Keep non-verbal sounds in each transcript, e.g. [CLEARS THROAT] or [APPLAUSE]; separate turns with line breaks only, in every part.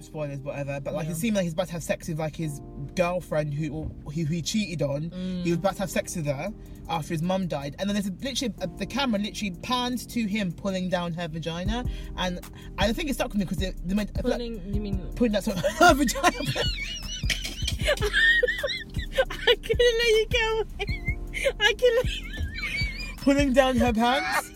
spoilers, whatever. But like,
Yeah.
it seemed like he's about to have sex with like his girlfriend who who he cheated on.
Mm.
He was about to have sex with her after his mum died, and then there's a, literally a, the camera literally pans to him pulling down her vagina, and and I think it stuck with me because they, they made I feel like,
Pulling, you mean?
[LAUGHS] putting that sort of her vagina. [LAUGHS]
I couldn't let you get away. I couldn't.
pulling down her pants.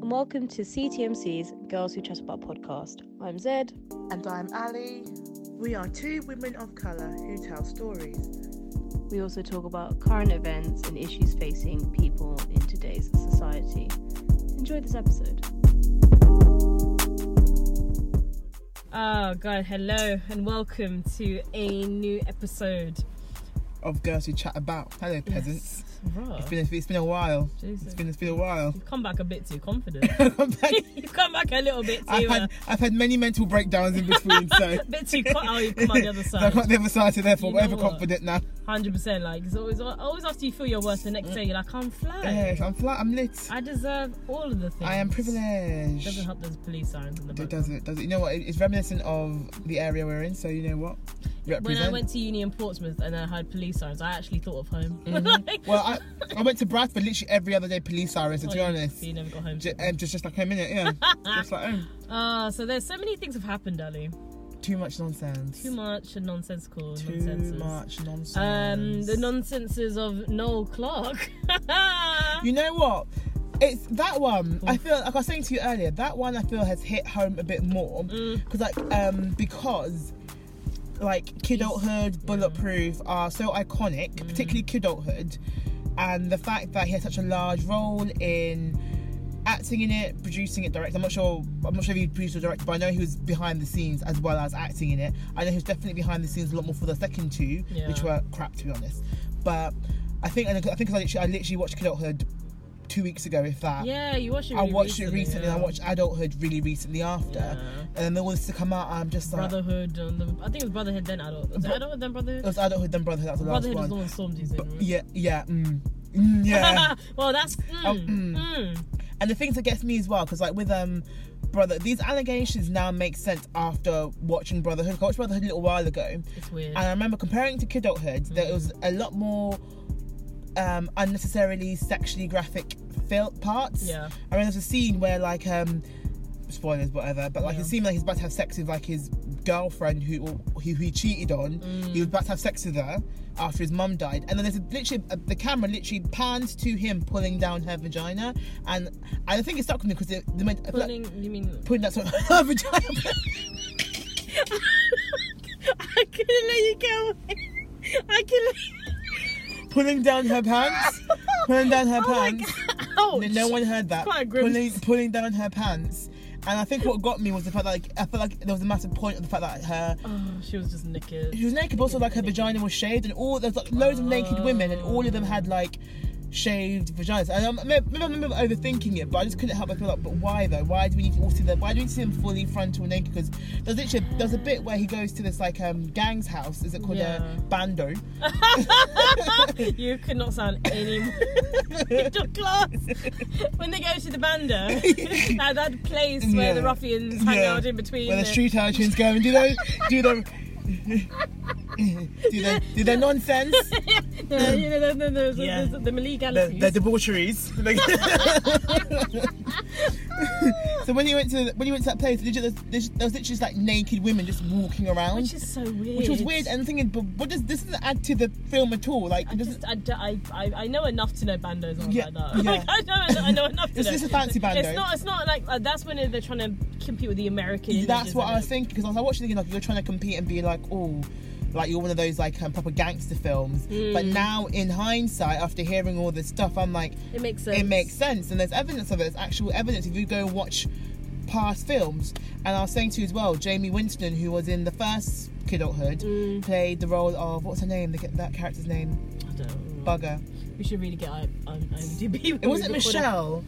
And welcome to CTMC's Girls Who Chat About podcast. I'm Zed.
And I'm Ali. We are two women of colour who tell stories.
We also talk about current events and issues facing people in today's society. Enjoy this episode. [LAUGHS] Oh god, hello and welcome to a new episode.
Of girls who chat about. Hello, peasants.
Raw.
It's been a, it's been a while.
Jesus.
It's been it's been a while. [LAUGHS]
You've come back a bit too confident. [LAUGHS] You've come back a little bit
I've
too uh,
had I've had many mental breakdowns in between, so
a bit too cut out. You've [LAUGHS] come out
[LAUGHS]
the other
So I
side.
can't the other side, so therefore
You
I'm
know what?
overconfident now.
Hundred percent. Like it's always always after you feel your worst, the next day you're like, I'm fly.
Mm. Yes, I'm flat. I'm lit.
I deserve all of the things.
I am privileged.
Doesn't help those police sirens in the
It
background.
doesn't. Does it? You know what? It- It's reminiscent of the area we're in. So you know what?
When
Represent.
I went to uni in Portsmouth and I heard police sirens, I actually thought of home. [LAUGHS] Like-
well, I, I went to Bradford literally every other day. Police sirens. To
Oh,
be
you-
honest,
you never got home.
J- um, just just like a minute.
[LAUGHS]
Yeah, just like oh,
Ah, so there's so many things have happened, Ali.
too much nonsense.
Too much and nonsensical.
Too
nonsenses.
much nonsense.
Um, the nonsenses of Noel Clark. [LAUGHS]
You know what? It's that one. I feel like I was saying to you earlier. That one I feel has hit home a bit more because, like, um, because like kidulthood, bulletproof are so iconic, particularly kidulthood, and the fact that he has such a large role in acting in it, producing it, directing. I'm not sure. I'm not sure if he produced or directed, but I know he was behind the scenes as well as acting in it. I know he was definitely behind the scenes a lot more for the second two, which
Yeah.
were crap to be honest. But I think and I think 'cause I literally, I literally watched Adulthood two weeks ago, if that.
yeah, you watched it.
I
really
watched it recently.
yeah.
and I watched Adulthood really recently after,
Yeah.
and then all this to come out. I'm just like,
Brotherhood. And the, I think it was Brotherhood then Adult. Was it Adult then Brotherhood?
it was Adulthood then Brotherhood. That was the last
Brotherhood is the
one.
one Stormzy's in. right?
Yeah, yeah, mm, mm, [LAUGHS]
[LAUGHS]
yeah.
well, that's mm,
Um,
mm.
and the things that gets me as well because like with um brother these allegations now make sense after watching brotherhood i watched brotherhood a little while ago and
It's weird.
i remember comparing to kidulthood that it
Mm.
was a lot more um unnecessarily sexually graphic fil- parts
Yeah.
i mean there's a scene where like um spoilers whatever but like
Yeah.
it seemed like he's about to have sex with like his girlfriend who who he cheated on he
Mm.
was about to have sex with her after his mum died and then there's a, literally a, the camera literally pans to him pulling down her vagina and and i think it stuck with me because they, they made I feel like
Pulling, you mean? [LAUGHS]
putting that sort of her [LAUGHS] vagina
I couldn't let you get away. I couldn't.
pulling down her pants pulling down her
[LAUGHS] Oh my
pants
Oh,
No, no one heard that.
quite a grim-
Pulling, pulling down her pants. And I think what got me was the fact that like, I felt like there was a massive point of the fact that her
Oh, she was just naked.
she was naked, but also like her vagina was shaved, and all there's like loads of naked women, and all of them had like shaved vaginas. And I'm- I remember, I remember overthinking it, but I just couldn't help but feel like, but why though? Why do we need to all see them? Why do we need to see them fully frontal naked? Because there's literally there's a bit where he goes to this like um gang's house. Is it called
Yeah.
a bando? [LAUGHS]
[LAUGHS] you could not sound
[LAUGHS]
any more middle class. when they go to the
[LAUGHS]
banda, [LAUGHS] that, that place where the
Yeah.
ruffians hang
Yeah.
out in between.
Where the
the-
street urchins go and do their do their do their, do their
[LAUGHS]
nonsense,
[LAUGHS] yeah, you know, the, the, the, the-
Yeah.
the, the Malay
their,
galaxies.
their debaucheries. [LAUGHS] so when you went to when you went to that place, legit, there was there was literally just like naked women just walking around,
which is so weird.
which was weird. And I'm thinking, but what does this doesn't add to the film at all? Like,
I
it doesn't.
just, I, I, I, I know enough to know bandos aren't
Yeah,
like that. Like,
yeah.
[LAUGHS] I know, I know enough to
It's
know.
just a fancy bando.
It's not, it's not like uh, that's when they're trying to compete with the American.
That's
images
what
of
I was
it.
thinking because I was like, watching thinking like you're trying to compete and be like, oh, like you're one of those like um, proper gangster films. But now in hindsight, after hearing all this stuff, I'm like,
Hmm. It makes sense.
it makes sense, and there's evidence of it. There's actual evidence if you go and watch past films. And I was saying to you as well, Jamie Winston, who was in the first Kidulthood, played the role of what's her name? The, that character's name,
I don't know.
Bugger.
we should really get I- on IMDb. when
It
we
wasn't
record
Michelle.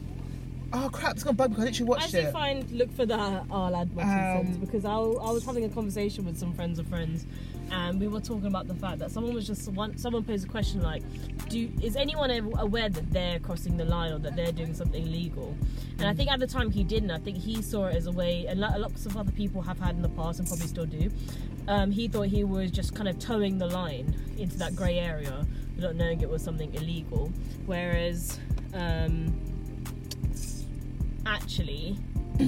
Oh crap, it's gone bug because I literally watched
Actually,
it.
find look for that our lad watching
Um,
sins because I, I was having a conversation with some friends of friends, and we were talking about the fact that someone was just one someone posed a question like, do is anyone ever aware that they're crossing the line or that they're doing something illegal? And I think at the time he didn't. I think he saw it as a way, and lo- lots of other people have had in the past and probably still do. Um, he thought he was just kind of towing the line into that grey area, not knowing it was something illegal. Whereas um, actually [CLEARS THROAT]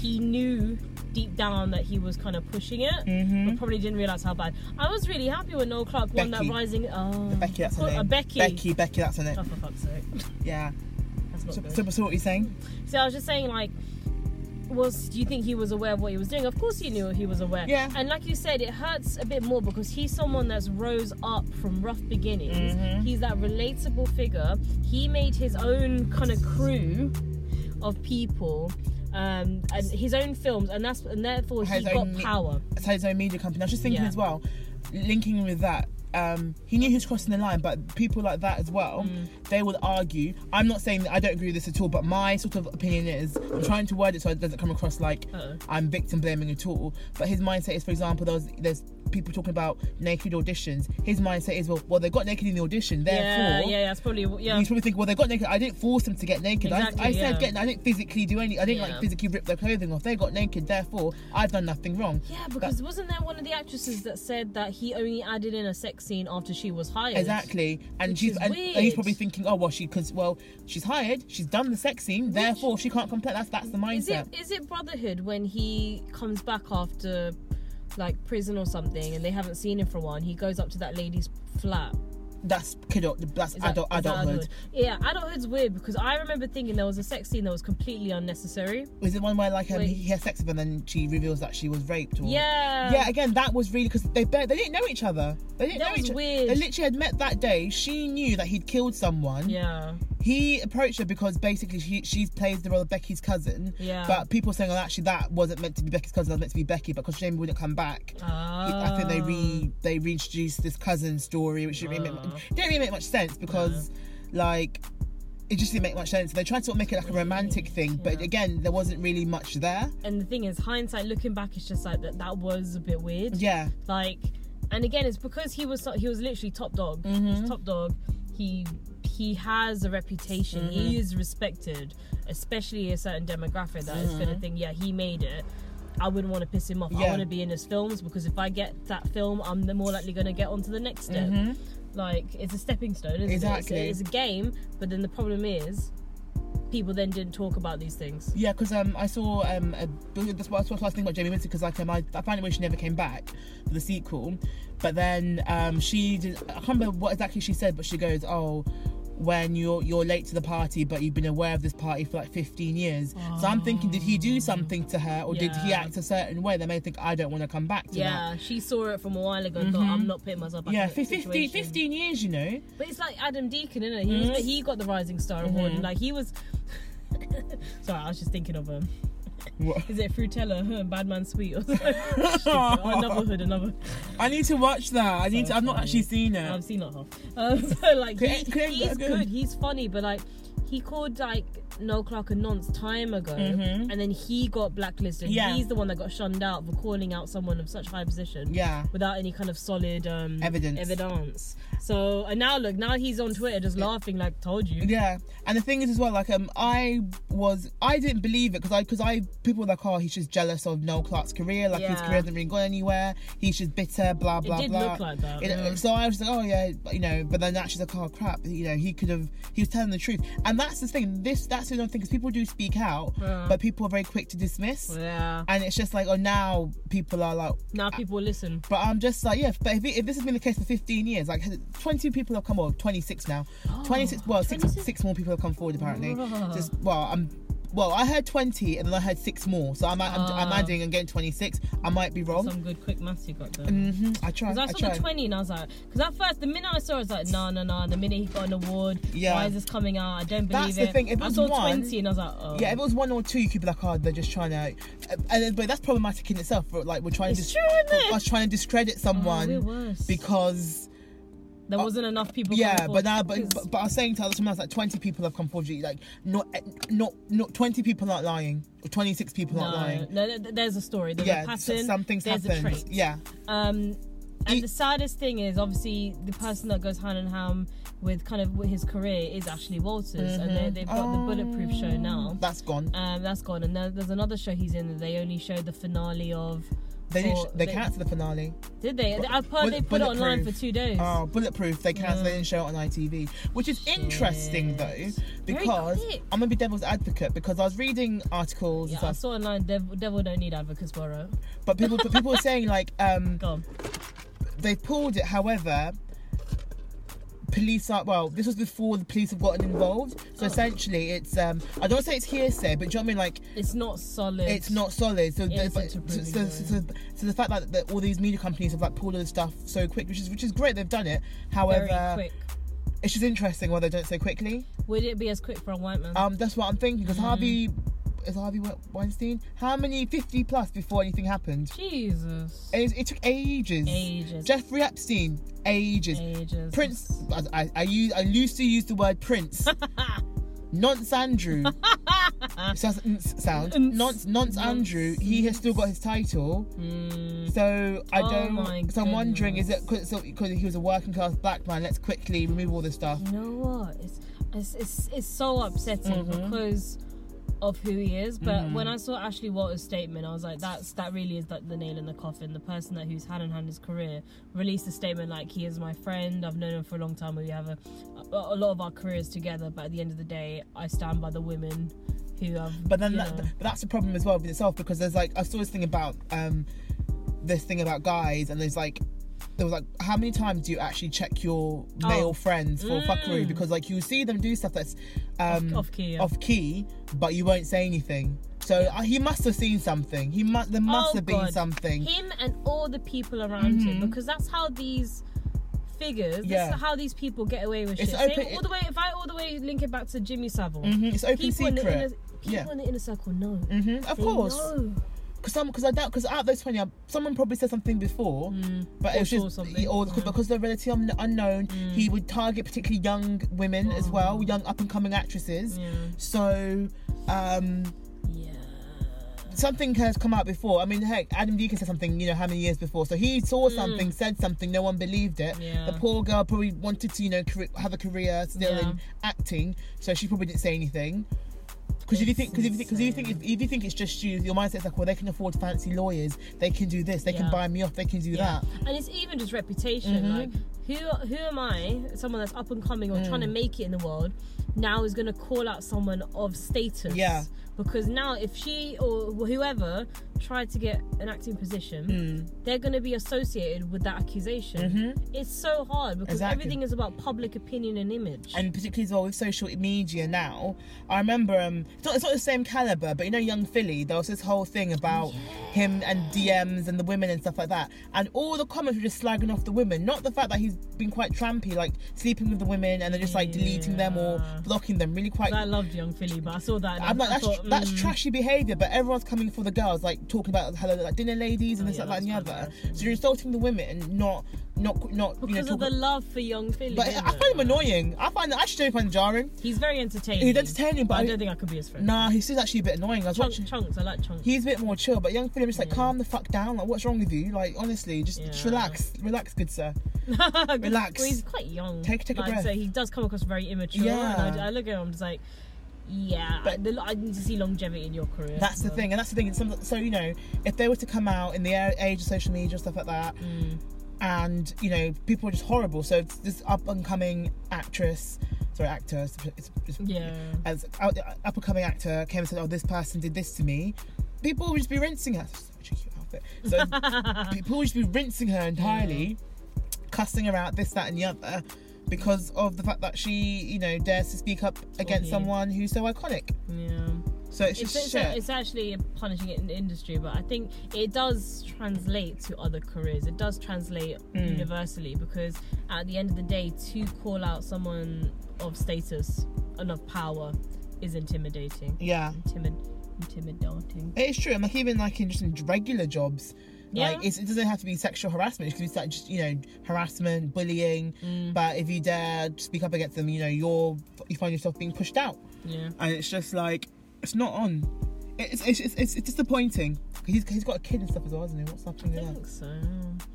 he knew deep down that he was kind of pushing it
Mm-hmm.
but probably didn't realize how bad i was really happy when noel clark won that
Becky.
rising oh
Becky, that's her
Oh,
name.
becky
Becky, Becky, that's her name.
oh for fuck's sake
Yeah.
that's not
So,
good
so, so what are you saying?
so I was just saying, like, was do you think he was aware of what he was doing? Of course he knew he was aware.
Yeah.
And like you said, it hurts a bit more because he's someone that's rose up from rough beginnings.
Mm-hmm.
He's that relatable figure. He made his own kind of crew of people. Um, and his own films, and that's and therefore he
His
got
own mi-
power.
So his own media company. I was just thinking
Yeah.
as well, linking with that. Um, he knew he was crossing the line, but people like that as well,
Mm.
they would argue. I'm not saying that I don't agree with this at all, but my sort of opinion is I'm trying to word it so it doesn't come across like
Uh-oh.
I'm victim blaming at all. But his mindset is, for example, there's there's people talking about naked auditions. His mindset is, well, well they got naked in the audition, therefore
yeah, yeah, that's probably yeah.
you probably think, well, they got naked. I didn't force them to get naked.
Exactly,
I, I said
yeah.
get. I didn't physically do any. I didn't
Yeah.
like physically rip their clothing off. They got naked. Therefore, I've done nothing wrong.
Yeah, because wasn't there one of the actresses that said that he only added in a sex scene after she was hired?
Exactly, and
Which
she's
is
and,
weird.
and he's probably thinking, oh well, she because well she's hired, she's done the sex scene, therefore she can't complain. That's that's the
Is
mindset.
it is it Brotherhood when he comes back after like prison or something and they haven't seen him for a while and he goes up to that lady's flat?
That's kiddo. That's
Is that-
adult
is that
adulthood.
adulthood? Yeah, adulthood's weird because I remember thinking there was a sex scene that was completely unnecessary.
Is it one where like um,
Wait.
he he has sex with her and then she reveals that she was raped? Or...
Yeah.
Yeah, again, that was really because they bar- they didn't know each other. They didn't
That
know
was
each other.
weird.
They literally had met that day. She knew that he'd killed someone.
Yeah.
he approached her because basically she she plays the role of Becky's cousin.
Yeah.
But people saying, oh, actually, that wasn't meant to be Becky's cousin. That was meant to be Becky, but because Jamie wouldn't come back, he-
Ah.
I think they re they reintroduced this cousin story, which didn't really,
Ah.
make, didn't really make much sense because, like, it just didn't make much sense. They tried to sort of make it like a romantic thing, but
Yeah.
again, there wasn't really much there.
And the thing is, hindsight looking back, it's just like that. That was a bit weird.
Yeah,
like and again it's because he was so- he was literally top dog
Mm-hmm.
he's top dog he he has a reputation
Mm-hmm.
he is respected especially a certain demographic that is going to think yeah he made it I wouldn't want to piss him off. I
Mm-hmm. Yeah.
want to be in his films because if I get that film, I'm the more likely going to get onto the next step. Like it's a stepping stone, isn't
Mm-hmm. Exactly.
it? It's, it's a game, but then the problem is, people then didn't talk about these things.
yeah, because um, I saw um, a, that's what I was thinking about Jamie Winter because like um, I, I found out where she never came back for the sequel, but then um, she did. I can't remember what exactly she said, but she goes, "Oh, when you're you're late to the party, but you've been aware of this party for like 15 years." So I'm thinking, did he do something to her, or did he
Yeah.
act a certain way that made her think I don't want to come back to that?
Yeah, she saw it from a while ago. and Thought I'm not putting myself. Back
Mm-hmm. Yeah,
in that
15,
situation."
15 years, you know.
But it's like Adam Deacon, isn't it? He,
Mm-hmm.
was, he got the Rising Star Award, and like he was. [LAUGHS] Sorry, I was just thinking of um,
What?
is it Frutella, huh, Bad Man
[LAUGHS]
Sweet, or something? [LAUGHS] Or another hood, another.
I need to watch that. I need
So
to. I've not
funny.
actually seen it.
I've seen that half. [LAUGHS] Um, so like he,
Craig- Craig
he's
got good.
good, he's funny, but like he called like Noel Clark a nonce time ago,
Mhm.
and then he got blacklisted.
Yeah.
he's the one that got shunned out for calling out someone of such high position
yeah.
without any kind of solid um,
Evidence.
Evidence. So and now look, now he's on Twitter just laughing like, "Told you."
Yeah, and the thing is as well, like um, I was I didn't believe it because I because I people were like oh he's just jealous of Noel Clark's career like his
Yeah.
career hasn't really gone anywhere he's just bitter blah blah
did
blah.
look like that,
It-
yeah.
So I was like oh yeah but, you know but then actually like oh crap you know he could have he was telling the truth and that's the thing this that's another thing because people do speak out
Yeah.
but people are very quick to dismiss
Yeah.
and it's just like oh now people are like
Now people listen.
but I'm just like, yeah, but if, it, if this has been the case for 15 years, like 22 people have come, or 26 now,
Oh,
26, well, Six,
26?
six more people have come forward
[LAUGHS]
apparently.
Wow.
Just, well, I'm, well, I heard 20 and then I heard six more, so I'm, I'm, I'm
Ah.
adding and getting 26. I might be wrong.
Some mm-hmm. good quick maths you got there.
hmm I tried.
Because
I,
I saw
tried.
the 20 and I was like, because at first, the minute I saw it, I was like, nah, nah, nah. The minute he got an award,
Yeah.
why is this coming out? I don't believe
That's
it.
the thing, if it
I
was
saw
one-
20 and I was like, oh.
Yeah, if it was one or two, you could be like, oh, they're just trying to, uh, and then, but that's problematic in itself. For like, we're trying to, dis-
It's true, isn't it?
us trying to discredit
oh,
someone
we're worse.
because
There
Uh,
wasn't enough people.
yeah,
coming
but
forward
now, but,
because-
but but I was saying to other someone else, like twenty people have come forward. you, Like not eh, not not twenty people aren't lying. Twenty six people aren't
no,
lying.
no, th- there's a story. There's
Yeah,
a
so
pattern.
something's
there's
happened.
a trait.
Yeah,
Um, and
You-
the saddest thing is, obviously, the person that goes hand in hand with kind of with his career is Ashley Walters, and
Mm-hmm.
they, they've got the Bulletproof show now.
that's gone.
Um, that's gone, and there, there's another show he's in that they only showed the finale of.
They didn't, sh-
or
they
they-
cancelled the finale.
Did they?
Bu-
I've heard they
Bullet-
put it online for
Bulletproof.
two days.
Oh, Bulletproof. They cancelled. They didn't show it on ITV, which is interesting though,
Shit. Very
because
quick.
I'm gonna be devil's advocate because I was reading articles
Yeah, I
and stuff,
saw online. Devil, devil don't need advocates, Borrow.
but people but people were saying like um
Go on.
they pulled it. However, police are well. This was before the police have gotten involved.
Oh.
So essentially, it's um I don't say it's hearsay, but do you know what I mean? Like
It's not solid.
it's not solid. So, the,
It's
but, so,
such a
so,
privilege,
so, so the fact that, that all these media companies have like pulled all this stuff so quick, which is which is great, they've done it.
very
However,
quick.
it's just interesting why they don't so quickly.
Would it be as quick for a white man?
Um, that's what I'm thinking because Harvey
Mm.
is Harvey Wei- Weinstein. How many 50 plus before anything happened?
Jesus.
It, it took ages.
Ages.
Jeffrey Epstein, ages.
Ages.
Prince. I, I, I use. I loosely use the word
[LAUGHS]
Prince. Nonce Andrew. so that's an ns sound.
Ns.
Nonce, Nonce Andrew. He has still got his title.
Mm,
So I
Oh
don't.
my
so I'm wondering, is
goodness.
it because so, 'cause he was a working class black man? Let's quickly remove all this stuff.
you know what? It's it's it's, it's so upsetting
Mm-hmm.
because of who he is. But when I saw Ashley Walters' statement, I was like, that's that really is like the nail in the coffin. The person that who's hand in hand his career released a statement like, he is my friend. I've known him for a long time. We have a a, a lot of our careers together. But at the end of the day, I stand by the women who have.
But then
you
that,
know,
but that's a problem as well with itself because there's like I saw this thing about um this thing about guys and there's like there was like how many times do you actually check your male
Oh.
friends for fuckery
Mm.
because like you see them do stuff that's um
off key. yeah.
off key but you won't say anything. So uh, he must have seen something. He must there must
Oh,
have been
God.
something. Mm-hmm.
him and all the people around him because that's how these figures
Yeah.
this is how these people get away with
It's
shit Same
open-
all the way if i all the way link it back to jimmy savile
Mhm, It's open
people in the inner
secret.
people
Yeah.
in the inner circle know
hmm Of
They
course,
know.
because some because I doubt because out of those twenty, uh, someone probably said something before. but it
Mm. Or
was
saw
just
something. Mm.
or because-
Yeah.
because they're relatively un- unknown he would target particularly young women as well young up and coming actresses
Oh. yeah
so um
yeah
something has come out before i mean heck adam deacon said something you know how many years before so he saw something said something no one believed it
Hmm. Yeah.
the poor girl probably wanted to you know car- have a career still
Yeah.
in acting so she probably didn't say anything because if you think, because if you think, because you think, if, if you think it's just you, your mindset's like, well, they can afford fancy lawyers, they can do this, they can
Yeah.
buy me off, they can do
yeah
that.
and it's even just reputation
Mm-hmm.
like who who am i someone that's up and coming or trying to
Mm.
make it in the world now is going to call out someone of status
Yeah.
because now if she or whoever tried to get an acting position
Mm.
they're going to be associated with that accusation it's so hard
Mm-hmm.
because
Exactly.
everything is about public opinion and image
and particularly as well with social media now. I remember um, it's not, it's not the same caliber, but you know, Young Philly, there was this whole thing about him and DMs and the women and stuff like that, and all the comments were just slagging off the women. Not the fact that he's been quite trampy, like sleeping with the women and then just like deleting them or
Yeah.
blocking them. Really quite.
i loved young philly but i saw that and
I'm like that's
thought,
that's
mm,
trashy behaviour, but everyone's coming for the girls, like talking about how they're like dinner ladies and
Oh,
this,
yeah,
that, that, and the
that's
other.
quite trashy.
So you're insulting the women and not not not
because
you know. Talk,
of the love for young philly
but I
isn't
I
it?
find him annoying. I find I actually don't find him jarring.
he's very entertaining
He's entertaining, but
i
I-
don't think i could be his friend
Nah, he's still actually a bit annoying. I was
Chunk,
watching.
chunks i like chunks
He's a bit more chill, but young Philip just like
Yeah.
calm the fuck down. Like, what's wrong with you? Like, honestly, just
Yeah.
relax, relax, good sir.
[LAUGHS]
Relax.
Well, he's quite young.
Take- take a
like,
breath.
So he does come across very immature.
Yeah.
And I, I look at him, I'm just like, yeah,
But-
I, the- I need to see longevity in your career.
That's the
So,
thing, and that's the thing. Some, so you know, if they were to come out in the a- age of social media and stuff like that,
Mm.
and you know, people are just horrible. So it's this up and coming actress, sorry, actor, it's, it's, it's,
Yeah.
as out, up and coming actor came and said, "Oh, this person did this to me," people would just be rinsing her. Such a cute outfit. So
[LAUGHS]
people would just be rinsing her entirely, cussing her out, this, that, and the other, because of the fact that she, you know, dares to speak up against
he.
someone who's so iconic.
Yeah.
So it's
It's,
just
it's,
shit.
it's actually punishing it in the industry, but I think it does translate to other careers. It does translate
Mm.
universally because at the end of the day, to call out someone of status and of power is intimidating.
yeah.
Timid, intimidating.
It is true. And like even like in just in regular jobs,
Yeah.
Like it's, it doesn't have to be sexual harassment. It could be like just you know harassment, bullying.
Mm.
But if you dare speak up against them, you know you're you find yourself being pushed out,
Yeah.
and it's just like it's not on. It's it's it's, it's, it's disappointing. 'Cause He's, he's got a kid and stuff as well, hasn't he? What's happening
I
there?
think so.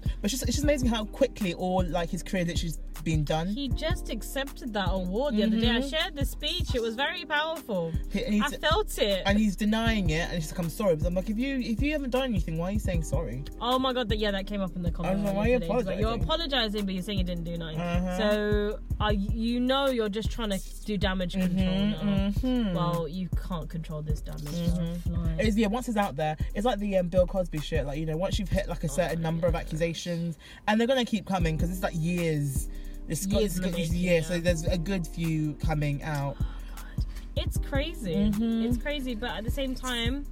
But it's just, it's just amazing how quickly all like his career literally's been done.
He just accepted that award the other day. I shared the speech. It was very powerful.
Mm-hmm. He- and, he's,
I felt it.
and he's denying it, and he's like, "I'm sorry." But I'm like, if you if you haven't done anything, why are you saying sorry?
Oh my god, that yeah, that came up in the comments.
know, why are you
yesterday. It's like, You're
apologising?
apologizing, but you're saying you didn't do nothing.
Uh-huh.
So I, you know, you're just trying to do damage control now.
Mhm.
Mm-hmm. Well, you can't control this damage.
Mm-hmm.
love. Like,
It's, yeah, once it's out there, it's like the um, Bill Cosby shit. Like you know, once you've hit like a certain number of accusations, and they're gonna keep coming because it's like years. It's got, it's
Years in the
got- it's-
making,
yeah,
yeah.
so there's a good few coming out.
it's crazy.
Mhm.
It's crazy, but at the same time,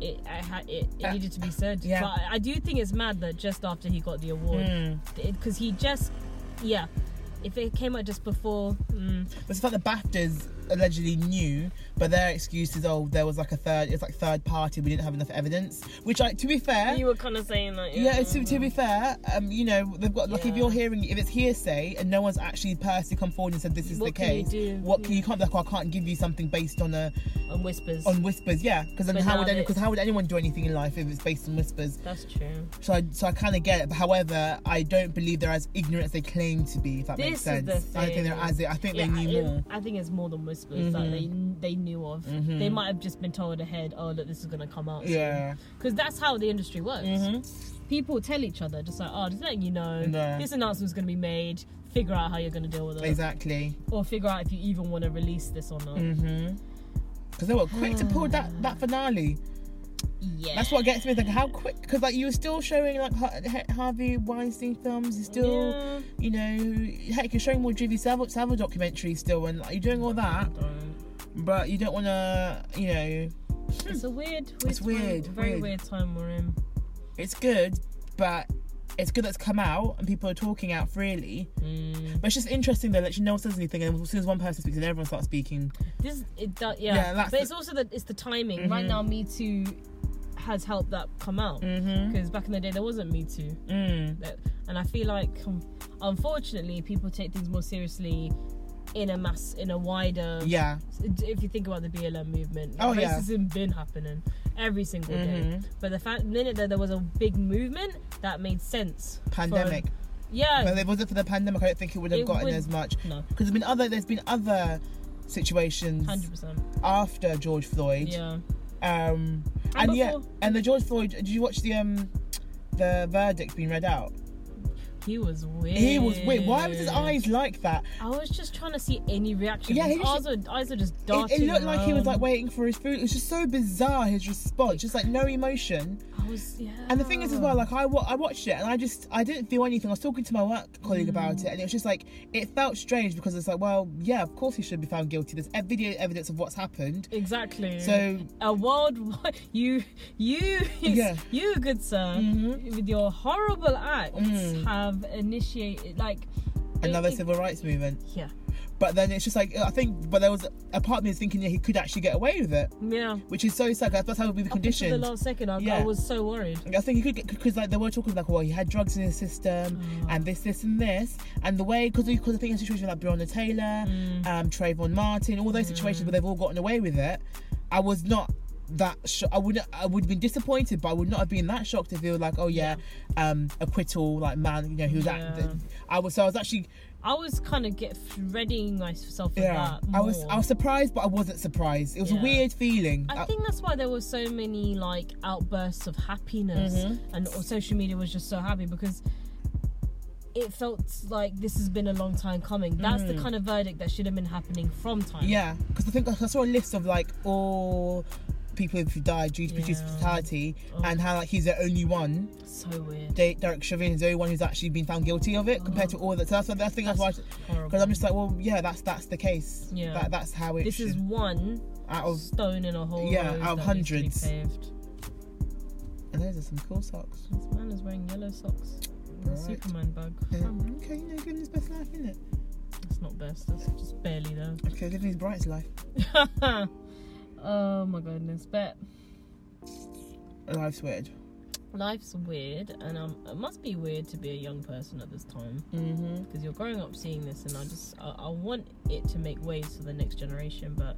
it I ha- it, it
Uh,
needed to be said.
yeah.
But I do think it's mad that just after he got the award,
Mm.
because he just, yeah, if it came out just before, mm,
But it's like the BAFTAs allegedly knew, but their excuse is, oh, there was like a third, it's like third party, we didn't have enough evidence. Which, like, to be fair,
you were kind of saying that.
yeah, to, to be fair, um, you know, they've got like if
Yeah.
you're hearing if it's hearsay and no one's actually personally come forward and said this is
What
the
can you
case,
do?
what can you can't be like, oh, I can't give you something based on a
on whispers.
on whispers, yeah, because then
But
how
now
would any,
that-
cause how would anyone do anything in life if it's based on whispers?
That's true.
So I so I kind of get it. But however, I don't believe they're as ignorant as they claim to be. If that
This
makes
is
sense,
the
I don't think they're as I think they knew
I,
more. Mm-hmm.
I think it's more than whispers that they they knew of.
Mhm.
They might have just been told ahead, oh look, this is gonna come out.
Yeah,
Because that's how the industry works.
Mhm.
People tell each other just like, oh, just letting you know,
Yeah.
this announcement's gonna be made. Figure out how you're gonna deal with it,
exactly.
or figure out if you even want to release this or not.
Mhm. Because they were quick to pull that that finale.
Yeah,
That's what gets me. Like how quick? Because like you were still showing like Har- H- Harvey Weinstein films. You still,
Yeah.
you know, heck, you're showing more Juvie Savile, Savile documentaries still, and like, you're doing all that, but you don't want to, you know,
It's a weird, weird
It's weird,
time, very
weird.
weird. time we're in.
it's good, but it's good that's come out and people are talking out freely. But it's just interesting though, like no one says anything, and as soon as one person speaks, then everyone starts speaking.
This it does, yeah.
Yeah, that's
but
the-
it's also that it's the timing. Right now, Me Too has helped that come out because
Mm-hmm.
back in the day there wasn't Me Too,
Mm.
That- and I feel like um, unfortunately people take things more seriously in a mass in a wider.
Yeah.
If you think about the BLM movement,
Oh, yeah.
racism been happening every single day.
Mhm.
But the fact, minute that there was a big movement, that made sense. for-
Pandemic.
yeah.
But if it wasn't for the pandemic, I don't think it would have
It
gotten
would-
as much.
No,
Because there's been other, there's been other situations
hundred percent.
after George Floyd.
Yeah.
Um, and
And
yeah,
before-
and the George Floyd. Did you watch the um, the verdict being read out?
He was weird.
He was wait. Why was his eyes like that?
I was just trying to see any reaction.
Yeah,
Yeah,
he
his
was
eyes were, eyes were just
It,
darting.
it looked like he was like
around.
waiting for his food. It was just so bizarre his response, just like no emotion.
I was, yeah.
And the thing is as well, like I wa- I watched it and I just I didn't feel anything. I was talking to my work colleague about it, and it was just like it felt strange because it's like, well, yeah, of course he should be found guilty. There's ev- video evidence of what's happened.
exactly.
So
a world [LAUGHS] you you
Yeah.
you good sir
Mhm.
with your horrible acts
Mm.
have initiated like it-
another
it-
civil rights movement.
yeah
But then it's just like I think, but there was a part of me was thinking that he could actually get away with it.
yeah.
which is so sad. 'cause That's how would be the
Up until the
conditions.
last second, I,
Yeah.
I was so worried.
I think he could get because like they were talking like, well, he had drugs in his system
Mm.
and this, this, and this, and the way because because I think in situations like Breonna Taylor,
Mm.
um, Trayvon Martin, all those situations where they've all gotten away with it, I was not that sh- I would not I would have been disappointed, but I would not have been that shocked to feel like, oh yeah, um, acquittal, like man, you know, he was
Yeah.
at. I was so I was actually
I was kind of get readying myself for
yeah
that.
I was
more.
I was surprised, but I wasn't surprised. It was a
Yeah.
weird feeling. Uh,
I
I-
think that's why there were so many like outbursts of happiness,
Mm-hmm.
and or social media was just so happy because it felt like this has been a long time coming. That's the kind of verdict that should have been happening from time.
Mm. Yeah, because I think like, I saw a list of like all people who died due to police
Yeah.
brutality,
Oh.
and how like he's the only one.
so weird.
De- Derek Chauvin is the only one who's actually been found guilty of it compared to all that. So that's what I think that's why.
Oh. That's horrible.
Because I'm just like, well, yeah, that's that's the case.
Yeah.
that, that's how it.
This
should,
is one
out of.
stone in a hole.
Yeah,
road
out of
that needs to be
hundreds.
paved.
And those are some cool socks.
This man is wearing yellow socks. The
Right.
Superman bug.
Yeah. Okay, you know, living his best life, isn't it?
That's not best. That's just barely there.
Okay, living his brightest life.
[LAUGHS] oh my goodness. But
Life's weird.
life's weird, and um, it must be weird to be a young person at this time
Mm-hmm.
because you're growing up seeing this, and I just I, I want it to make ways for the next generation, but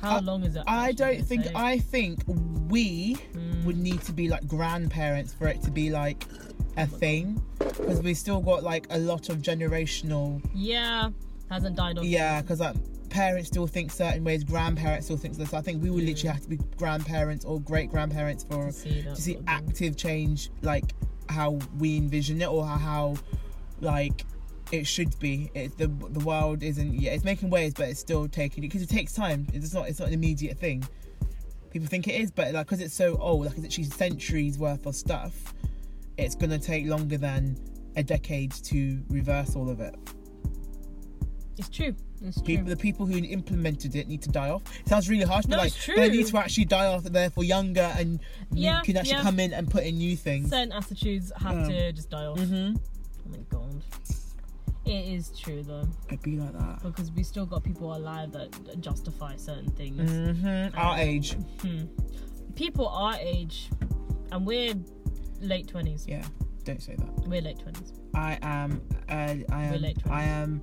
how
I-
long is that?
I
actually
don't
gonna
think
take?
I think we
Mm.
would need to be like grandparents for it to be like a thing because we still got like a lot of generational
yeah hasn't died off.
yeah because like parents still think certain ways grandparents still think so so i think we would literally have to be grandparents or great grandparents for
to see that
to see
sort of thing.
active change like how we envision it or how, how like it should be it's the the world isn't yeah it's making waves but it's still taking it because it takes time it's not it's not an immediate thing people think it is but like because it's so old like it's actually centuries worth of stuff it's gonna take longer than a decade to reverse all of it
It's true. It's true.
People, the people who implemented it need to die off. It sounds really harsh, but
Mm. No,
like
it's
they
true.
need to actually die off. and Therefore, younger and
Yeah,
you can actually
yeah.
come in and put in new things.
Certain attitudes have
Yeah.
to just die off.
hmm
Oh my god. It is true though,
I'd be like that.
because we still got people alive that justify certain things.
Mm-hmm. Our age,
Hmm. People our age, and we're late twenties.
yeah. Don't say that.
We're late twenties.
I am. early I
We're
am.
late
I am.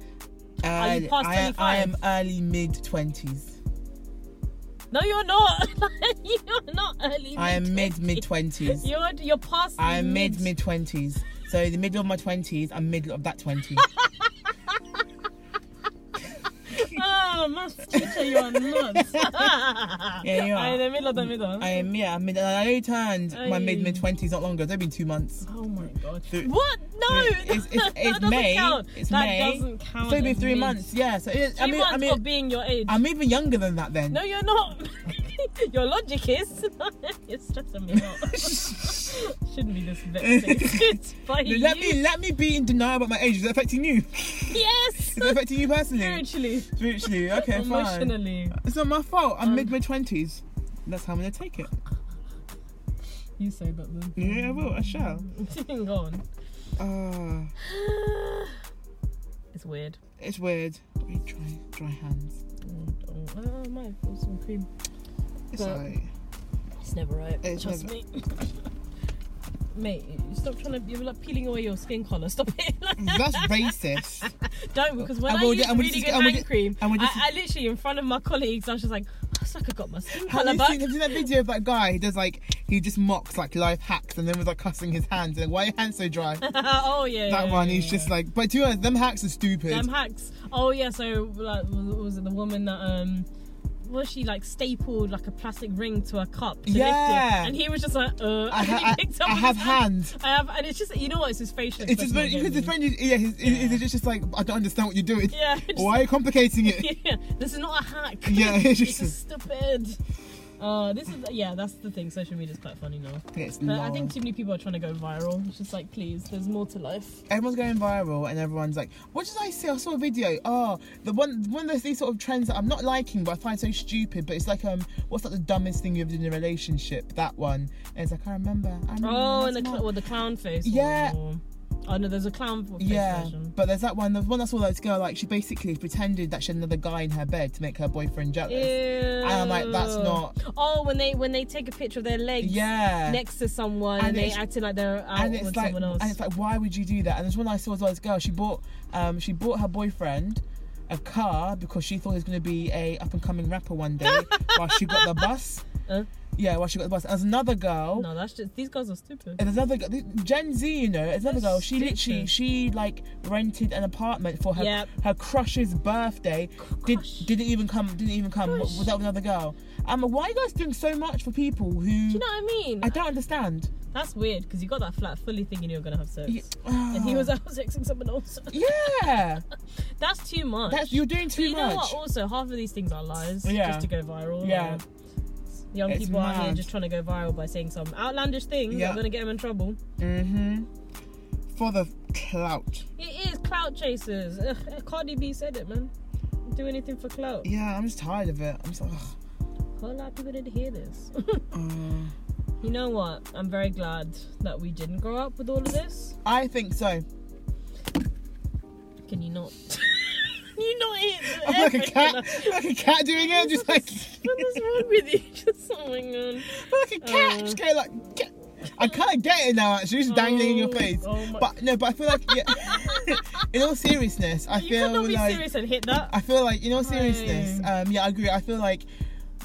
Are you
early-
past
I, am I
25?
am early mid twenties.
No, you're not. [LAUGHS] you're not early.
I am mid mid
20s.
twenties.
You're you're past.
I am mid mid twenties. So the middle of my twenties, I'm middle of that
[LAUGHS]
twenty.
[LAUGHS] Oh, my teacher, you are nuts.
[LAUGHS]
[LAUGHS]
Yeah, you
I'm in
are.
the middle of the middle.
I am yeah. I'm mid. I only turned my mid
Aye.
mid twenties not longer. It's only been two months.
Oh my god.
Three-
What? No.
It's- it's-
[LAUGHS] that
it's
doesn't
May.
Count.
It's
that
May.
doesn't count.
It's only
as
been three
mid.
months. Yeah. So it,
Three
I mean,
months
I
of
mean,
being your age.
I'm even younger than that then.
No, you're not. [LAUGHS] Your logic is. [LAUGHS] it's stressing me out. [LAUGHS] Shouldn't be this
[LAUGHS]
vexated by
[LAUGHS]
you.
let me let me be in denial about my age. Is it affecting you? [LAUGHS]
Yes.
Is it affecting you personally?
[LAUGHS] Spiritually,
Spiritually. Okay, fine.
emotionally,
It's not my fault. I'm
Um,
mid mid twenties. That's how I'm gonna take it.
you say that then.
Yeah, I will. I shall. Mm-hmm.
[LAUGHS] Go on. [SIGHS]
Uh,
It's weird.
it's weird. Wait, dry, dry hands.
Oh, I might have some cream.
It's
But-
alright.
It's never right.
It's
Trust
never-
me. [LAUGHS] Mate, you stop trying to. You're like peeling away your skin color. Stop it. [LAUGHS]
mm, That's racist.
Don't because when
And
I,
we'll
used
ju- and we'll
really
just-
good
and we'll
hand
ju-
cream,
and we'll just-
I, I literally in front of my colleagues, I was just like, "Oh, I sucker got my skin
Have
color
you,
back.
seen, have you seen that video of that guy who does like he just mocks like life hacks and then was like cussing his hands and why are your hands so dry?
[LAUGHS] oh yeah.
that
yeah,
one.
yeah,
He's
yeah.
just like, but to be honest, them hacks are stupid.
them hacks. Oh yeah. So like, was, was it the woman that um. Was she like stapled like a plastic ring to a cup? To
Yeah.
Lift it? And he was just like, uh.
I,
[LAUGHS] and
ha-
he
I,
picked up
I
with
have
his
hands.
I have, and it's just you know what? It's his facial.
It's just very,
expression
because
that
it's
gave me-
very, yeah, his,
Yeah.
It's just like I don't understand what you're doing.
Yeah.
[LAUGHS]
just-
Why are you complicating it?
[LAUGHS] yeah. This is not a hack.
Yeah, [LAUGHS] it's
it's
just-
just stupid. Uh, this is yeah. That's the thing. Social media is quite funny now.
It's
But I
long.
think too many people are trying to go viral. It's just like, please, there's more to life.
everyone's going viral and everyone's like, what did I see? I saw a video. Oh, the one one of those these sort of trends that I'm not liking, but I find so stupid. But it's like um, what's like the dumbest thing you've done in a relationship? That one. And it's like I remember. I remember
Oh,
Mm, that's
and the
not-
cl- well, the clown face.
Yeah.
or- oh no, there's a clown face
Yeah,
version.
but there's that one. The one I saw that girl like she basically pretended that she had another guy in her bed to make her boyfriend jealous.
Ew.
And I'm like, that's not.
Oh, when they when they take a picture of their legs
Yeah.
next to someone
And
and, they
it's-
acting like they're out
and it's
with
like,
someone else.
and it's like, why would you do that? And there's one I saw as well. This girl, she bought, um, she bought her boyfriend a car because she thought he was going to be a up and coming rapper one
[LAUGHS]
day. while she got the bus.
Huh?
Yeah, while she got the bus. And there's another girl.
no, that's just these guys are stupid.
oh. And there's another girl, Gen Z, you know, there's another
That's
girl. She literally,
stupid.
she like rented an apartment for her
Yep.
her crush's birthday. Did
Crush.
didn't even come, didn't even come.
Crush.
Was that with another girl? Um, why are you guys doing so much for people who
Do you know what I mean?
I don't understand?
That's weird because you got that flat fully thinking you were gonna have sex,
You-
and he was out [LAUGHS] sexing someone else.
Yeah,
that's too much.
that's you're doing
But
too
you know
much.
what? Also, half of these things are lies
Yeah.
just to go viral.
Yeah.
Like, young
It's
people out here
mad.
just trying to go viral by saying some outlandish thing.
Yeah.
You're gonna get them in trouble.
Mm-hmm. For the clout.
It is clout chasers. Ugh, Cardi B said it, man. Do anything for clout.
Yeah, I'm just tired of it. I'm just, ugh.
A whole lot of people didn't hear this. [LAUGHS]
Uh,
you know what? I'm very glad that we didn't grow up with all of this.
I think so.
Can you not? [LAUGHS] you not hit
[LAUGHS]
the [LAUGHS]
I'm like a
air
cat,
regular?
I'm like a cat doing it, just like [LAUGHS]
What is wrong with you? [LAUGHS] Just oh my god.
I'm like a cat, just go like. Get, I kind of get it now. Actually, just dangling in your
Oh,
face.
oh my-
but no, but I feel like yeah, [LAUGHS] in all seriousness, I
you
feel
cannot be
like
serious and hit that.
I feel like in all seriousness, um, yeah, I agree. I feel like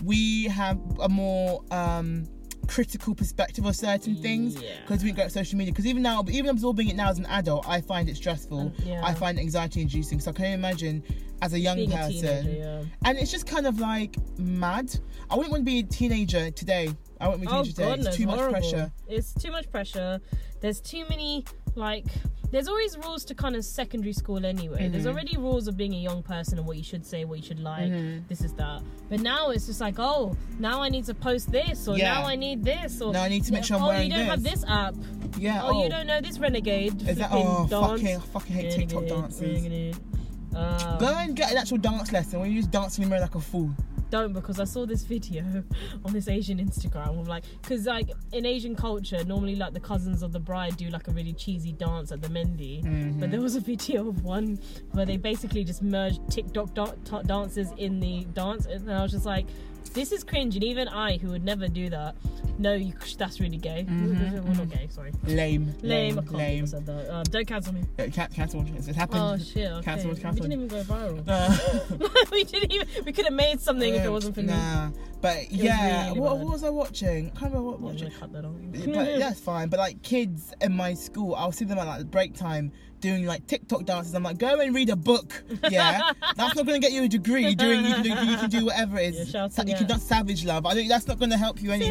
we have a more um, critical perspective of certain things
Yeah.
because we go up social media. Because even now, even absorbing it now as an adult, I find it stressful.
Um, yeah.
I find it anxiety inducing. So I can only imagine as a young
Being a
person
teenager, yeah.
and it's just kind of like mad. I wouldn't want to be a teenager today. I wouldn't
Oh
want to be a teenager
god,
today.
no,
it's too
horrible.
much pressure.
It's too much pressure. There's too many like. There's always rules to kind of secondary school anyway.
Mm-hmm.
There's already rules of being a young person and what you should say, what you should like,
Mm-hmm.
this is that. But now it's just like, oh, now I need to post this, or
Yeah.
now I need this, or
Now I need to make sure I'm
oh,
wearing
you don't have
this.
this app.
Yeah.
Oh, you don't know this renegade.
Is that
flipping
oh
dance.
fucking I fucking hate TikTok dances.
Renegade. Uh,
Go and get an actual dance lesson when you just dance in the mirror like a fool.
don't because I saw this video [LAUGHS] on this Asian Instagram of like, because like in Asian culture, normally like the cousins of the bride do like a really cheesy dance at the Mendi,
Mm-hmm.
but there was a video of one where they basically just merged TikTok da- ta- dances in the dance, and I was just like, this is cringe, and even I, who would never do that, no, you, that's really gay. [LAUGHS] Well, not gay, sorry.
Lame.
Lame, I
Mm-hmm, Lame.
can't believe I said that. Uh, don't cancel me.
Yeah, can- cancel. It's it's happened.
Oh shit! Okay.
Cancel.
we
it's cancelled. [LAUGHS]
didn't even go viral. [LAUGHS]
Uh,
we didn't even. We could have made something if it wasn't for me.
Nah, but yeah,
really
what,
bad.
what was I watching? I can't remember what I
I'm
was
gonna
watching.
cut that off.
but that's fine. But like kids in my school, I'll see them at like break time doing like TikTok dances. I'm like, go and read a book.
[LAUGHS]
Yeah, that's not gonna get you a degree. Doing you can do, you can do whatever
[LAUGHS]
it
You're
is.
shouting
Sa- you can
out.
dance savage love. I don't. That's not gonna help you any.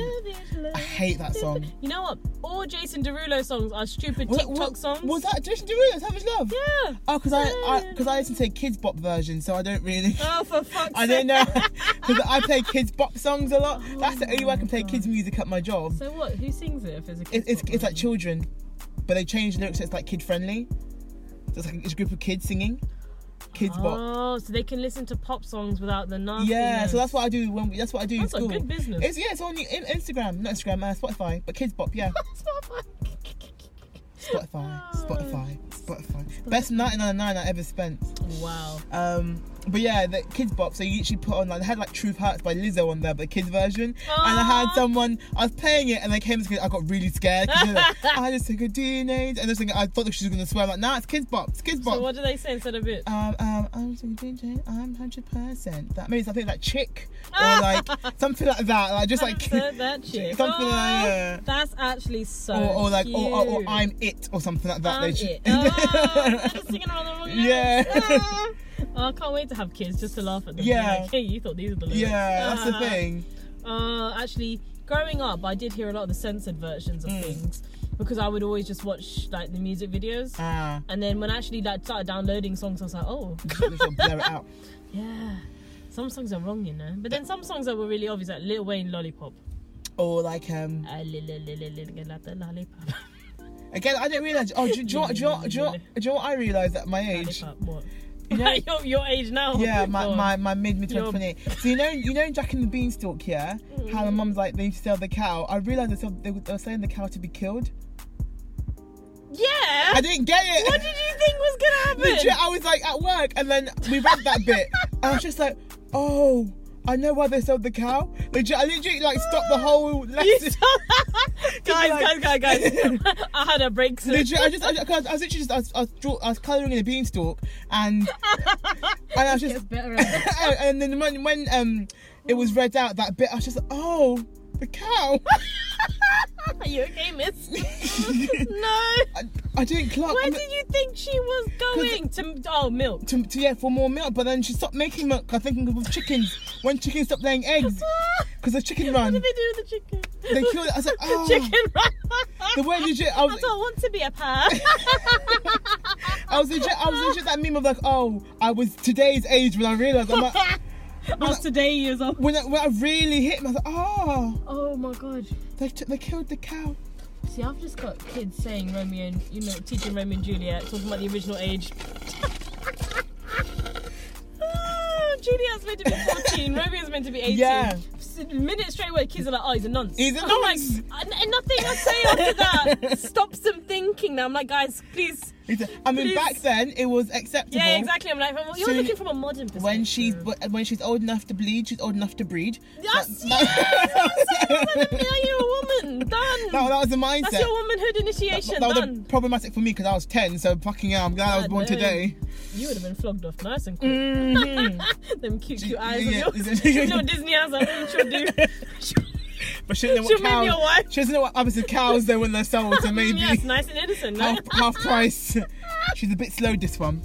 I hate that
[LAUGHS]
song.
You know what? All Jason Derulo songs are stupid
What-
TikTok
what-
songs.
Was that Jason Derulo Savage Love?
Yeah.
Oh, because I because I, listen to a kids bop version, so I don't
[LAUGHS]
really.
Oh, for fuck's
I don't
sake.
know [LAUGHS] because I play kids bop songs a lot. That's the only way I can play
Oh,
kids music at my job.
So what? Who sings it? If it's a
it,
kids
it's,
song?
it's like children, but they changed the lyrics. So it's like kid friendly. So it's like it's a group of kids singing, kids bop.
Oh, so they can listen to pop songs without the nasty.
Yeah, so that's what I do when we, that's what I do
Ah, That's a
in school.
good business.
It's yeah, it's on the- in, Instagram, not Instagram, uh, Spotify, but kids bop.
[LAUGHS]
Yeah, Spotify, Spotify, Spotify. Best ninety nine nine I ever spent. [LAUGHS]
wow.
Um, but yeah, the kids bop. So you literally put on like they had like Truth Hurts by Lizzo on there, but the kids version. And I had
Aw.
someone I was playing it, and they came. to I got really scared. 'cause they're like,
[LAUGHS]
I just think a teenage, and I was thinking I thought that she was gonna swear. I'm like, nah, it's kids bop. It's kids bop.
So what do they say instead of it?
um, um, I'm just a DJ, I'm hundred percent. That means something like chick
[LAUGHS]
or like something like that, like just like [LAUGHS]
Said that shit. Oh,
something like yeah.
That's actually so.
or, or like or, or, or
cute.
I'm it or something like that.
I'm
should-
it.
[LAUGHS]
Oh, they're just singing around the wrong lyrics.
Yeah. [LAUGHS]
Ah. Oh, I can't wait to have kids just to laugh at them.
Yeah.
Yeah. Like, hey, you thought these were the lyrics.
yeah, that's
[LAUGHS]
the
Ah.
thing.
Uh, actually, growing up, I did hear a lot of the censored versions of
Mm.
things because I would always just watch like the music videos.
Ah,
and then when I actually like started downloading songs, I was like, oh,
just sort of blur it out.
yeah. Some songs are wrong, you know. But then some songs that were really obvious, like Lil Wayne Lollipop.
Or like um.
I li- li- li- li- li- li- like the lollipop.
Again, I didn't realize. Oh, do, do, you know what- do, you know what- do, you know what- do you know what I realized at my [LAUGHS] age?
Lollipop, what?
You [LAUGHS] know-
your, your age now.
Yeah, my,
Go on.
my, my mid mid
Your-
twenty. So you know you know Jack and the Beanstalk, yeah?
Mm-hmm.
How the mum's like they need to sell the cow. I realized they, sold, they were they were selling the cow to be killed.
[LAUGHS] Yeah.
I didn't get it.
What did you think was gonna
[LAUGHS]
happen?
Legit, I was like at work, and then we read that bit, and I was just like, oh. I know why they sold the cow. Legit, I literally like stopped the
[LAUGHS]
whole lesson. [LAUGHS]
guys,
like-
guys, guys,
[LAUGHS]
guys. I had a breakthrough.
Literally, I just, I, just- 'cause I was literally just, I was, I was, draw, I was colouring in a beanstalk,
[LAUGHS]
and and I was just,
better.
[LAUGHS] and then when, when um it was read out that bit, I was just like, oh, the cow.
Are you
[LAUGHS]
okay, miss? no.
I, I didn't clock.
Where
and
did you think she was going? To oh, milk.
to, to, yeah, for more milk, but then she stopped making milk. I think with chickens, when chickens stopped laying eggs, because the chicken
[LAUGHS] What
run.
did they do with the chicken?
They
[LAUGHS]
killed it. I was like, oh.
The chicken run.
The way legit, I was,
That's all I want to be
[LAUGHS]
a pie.
I was legit, I was legit that meme of like, oh, I was today's age when I realised, I'm like,
[LAUGHS] I was today years old.
when, I, when I really hit me, I was like, oh,
Oh my god.
they, t- they killed the cow.
See, I've just got kids saying Romeo and you know teaching Romeo and Juliet, talking about the original age. Ah, Juliet's meant to be 14, Romeo's meant to be 18.
Yeah.
S- Minute straight away, kids are like, oh, he's a nonce.
He's a
I'm like,
nonce.
"I- and nothing I say after that stops them thinking. Now I'm like, guys, please.
He said- I mean,
Please.
back then it was acceptable.
Yeah, exactly. I'm like, well, you're
So-
looking from a modern perspective.
When she's but when she's old enough to bleed, she's old enough to breed.
Yes,
That-
yes,
that- [LAUGHS]
I'm saying that, I'm like, you're a woman. Done.
that, that was the mindset.
That's your womanhood initiation
that was a- [LAUGHS]
done.
problematic for me because I was 10, so fucking hell, I'm glad I was
God
born
damn. [LAUGHS]
today.
You would have been flogged off nice and quick. [LAUGHS] Them cute, cute eyes
Mm. Yeah,
of yours.
is it-
[LAUGHS] Your little Disney eyes. I know what
[LAUGHS]
you'll do.
But she didn't know
She'll
what
make
cows.
me a wife.
She doesn't know what happens to cows though when they're sold,
[LAUGHS]
so maybe
Yeah, it's nice and innocent. No?
half, [LAUGHS] half price. She's a bit slowed this one.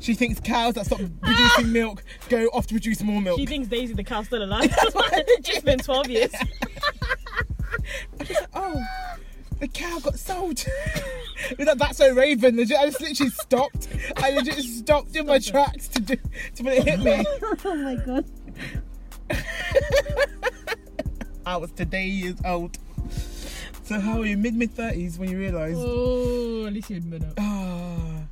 She thinks cows that stop
[LAUGHS]
producing milk go off to produce more milk.
She thinks Daisy the cow's still alive. [LAUGHS] it's been 12 years.
[LAUGHS] oh, the cow got sold. [LAUGHS] With that, that's so Raven. Legit, I just literally stopped. I legit stopped in my tracks to do to when it hit
[LAUGHS]
me.
oh my
[LAUGHS]
god.
I was today years old. So how are you? Mid mid thirties when you realise.
Oh, at least you admit it.
Ah,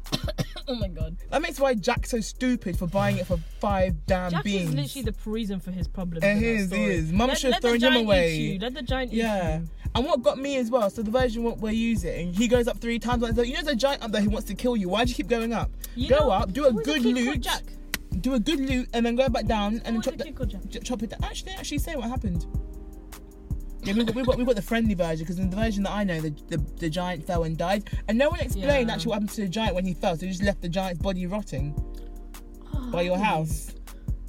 Oh my god.
that makes why Jack's so stupid for buying it for five damn
Jack
beans.
is literally the reason for his problem.
It is, it is. Mum should have thrown him away.
Let the giant eat
Yeah.
you.
And what got me as well, so the version what we're using, he goes up three times. Like, you know, there's a giant up there who wants to kill you. Why do you keep going up?
You
go
know,
up, do a
what was the
good
kid called,
loot,
Jack?
do a good loot, and then go back down and
What
then
was
chop,
the
the,
kid called, Jack? [LAUGHS]
ch- chop it down. Actually, they actually say what happened. Yeah, we've got, we've got, we've got the friendly version because in the version that I know, the, the, the giant fell and died. And no one explained
Yeah.
actually what happened to the giant when he fell, so he just left the giant's body rotting by
[GASPS]
your house.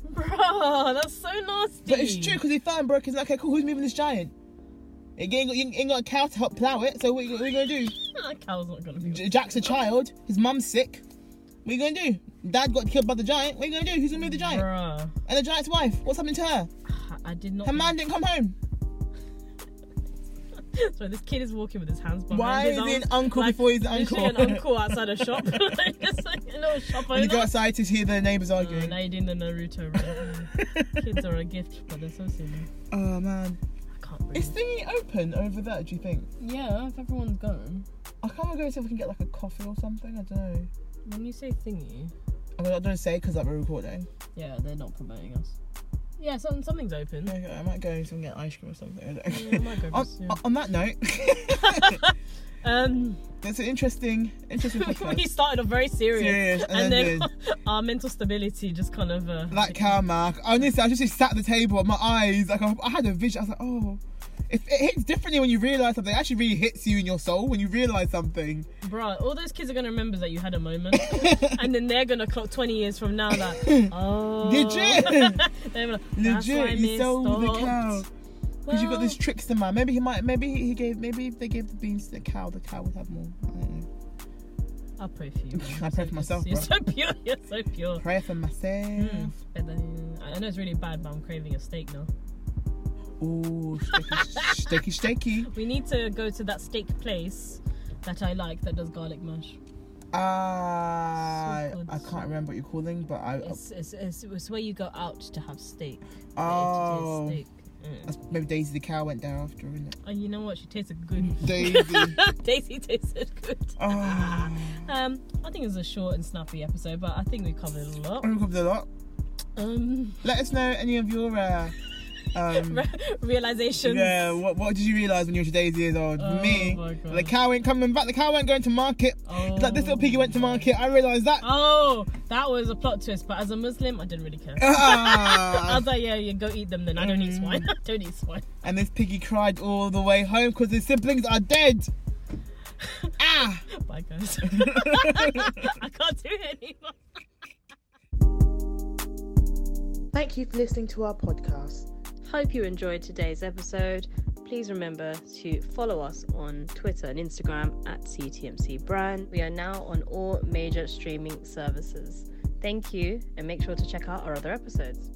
Bro, that's so nasty.
But it's true because he fell and broke his neck. Okay, cool, who's moving this giant? You ain't got, you ain't got a cow to help plough it, so what you- what are you going to do?
That cow's not gonna be.
J- Jack's a child. His mum's sick. What are you gonna do? Dad got killed by the giant. What are you gonna do? Who's gonna move the giant?
Bruh,
And the giant's wife. What's happened to her?
I- I did not.
Her
[LAUGHS]
man didn't come home.
So this kid is walking with his hands behind
Why
his
is he an
arms,
uncle
like,
before he's an
literally
uncle?
an uncle outside a [LAUGHS] shop. Like, it's like a little shop
[LAUGHS] When you go
owner.
outside to hear the neighbours
Oh,
arguing. [LAUGHS]
now you're doing the Naruto. Right? [LAUGHS] Kids are a gift, but they're so silly.
oh man.
I can't breathe.
Is thingy open over there? Do you think?
Yeah, if everyone's gone.
I can't go see if we can get like a coffee or something. I don't know.
When you say thingy,
I mean, I don't say because like we're recording.
yeah, they're not promoting us. Yeah, something, something's open.
Okay, I might go and see if we can get ice cream or something. I don't
Yeah, I might go
on,
just, yeah.
on- on that note, [LAUGHS]
Um, [LAUGHS]
that's an interesting, interesting.
we [LAUGHS]
podcast.
started off very serious,
Serious, and
[LAUGHS] and,
then
then our mental stability just kind of. Uh,
That cow mark. Honestly, I just sat at the table and my eyes, like I, I had a vision. I was like, oh. It, it hits differently when you realise something. It actually really hits you in your soul when you realise
[LAUGHS]
something.
Bruh, all those kids are gonna remember that you had a moment, and then they're gonna clock twenty years from now
[LAUGHS]
that oh,
Legit.
[LAUGHS] They're like, "That's why
Legit, you
Miss
sold the
stopped."
cow. Because you got this
Well,
trickster man. Maybe he might, maybe he, he gave, maybe if they gave the beans to the cow, the cow would have more. I don't know.
I'll pray for you.
I pray
[LAUGHS]
for myself,
You're
bruh.
so pure. You're so pure.
Pray for myself.
Mm. But then, I know it's really bad, but I'm craving a steak now.
Ooh, steaky, steaky, steaky.
We need to go to that steak place that I like that does garlic mash.
Ah,
So good.
I can't remember what you're calling, but I.
It's, it's, it's, it's where you go out to have steak.
oh,
It is steak. Mm.
that's- maybe Daisy the cow went there after, isn't it?
Oh, you know what? She tasted good.
Daisy.
[LAUGHS] Daisy tasted good.
Oh,
Um, I think it was a short and snappy episode, but I think we covered a lot.
I'm covered a lot.
Um, [LAUGHS]
Let us know any of your uh, um,
re- realizations.
yeah. What, what did you realise when you were today's years old?
Oh
Me,
my God.
the cow ain't coming back. The cow ain't going to market.
Oh.
It's like this little piggy went to market. I realised that.
Oh, that was a plot twist. But as a Muslim, I didn't really care. I
[LAUGHS] Ah.
was like, yeah, you go eat them then. I don't eat swine. [LAUGHS] I don't eat swine.
and this piggy cried all the way home because his siblings are
[LAUGHS]
dead. ah.
Bye, guys.
[LAUGHS]
[LAUGHS] I can't do it anymore.
Thank you for listening to our podcast.
Hope you enjoyed today's episode. Please remember to follow us on Twitter and Instagram at CTMC Brand. We are now on all major streaming services. Thank you, and make sure to check out our other episodes.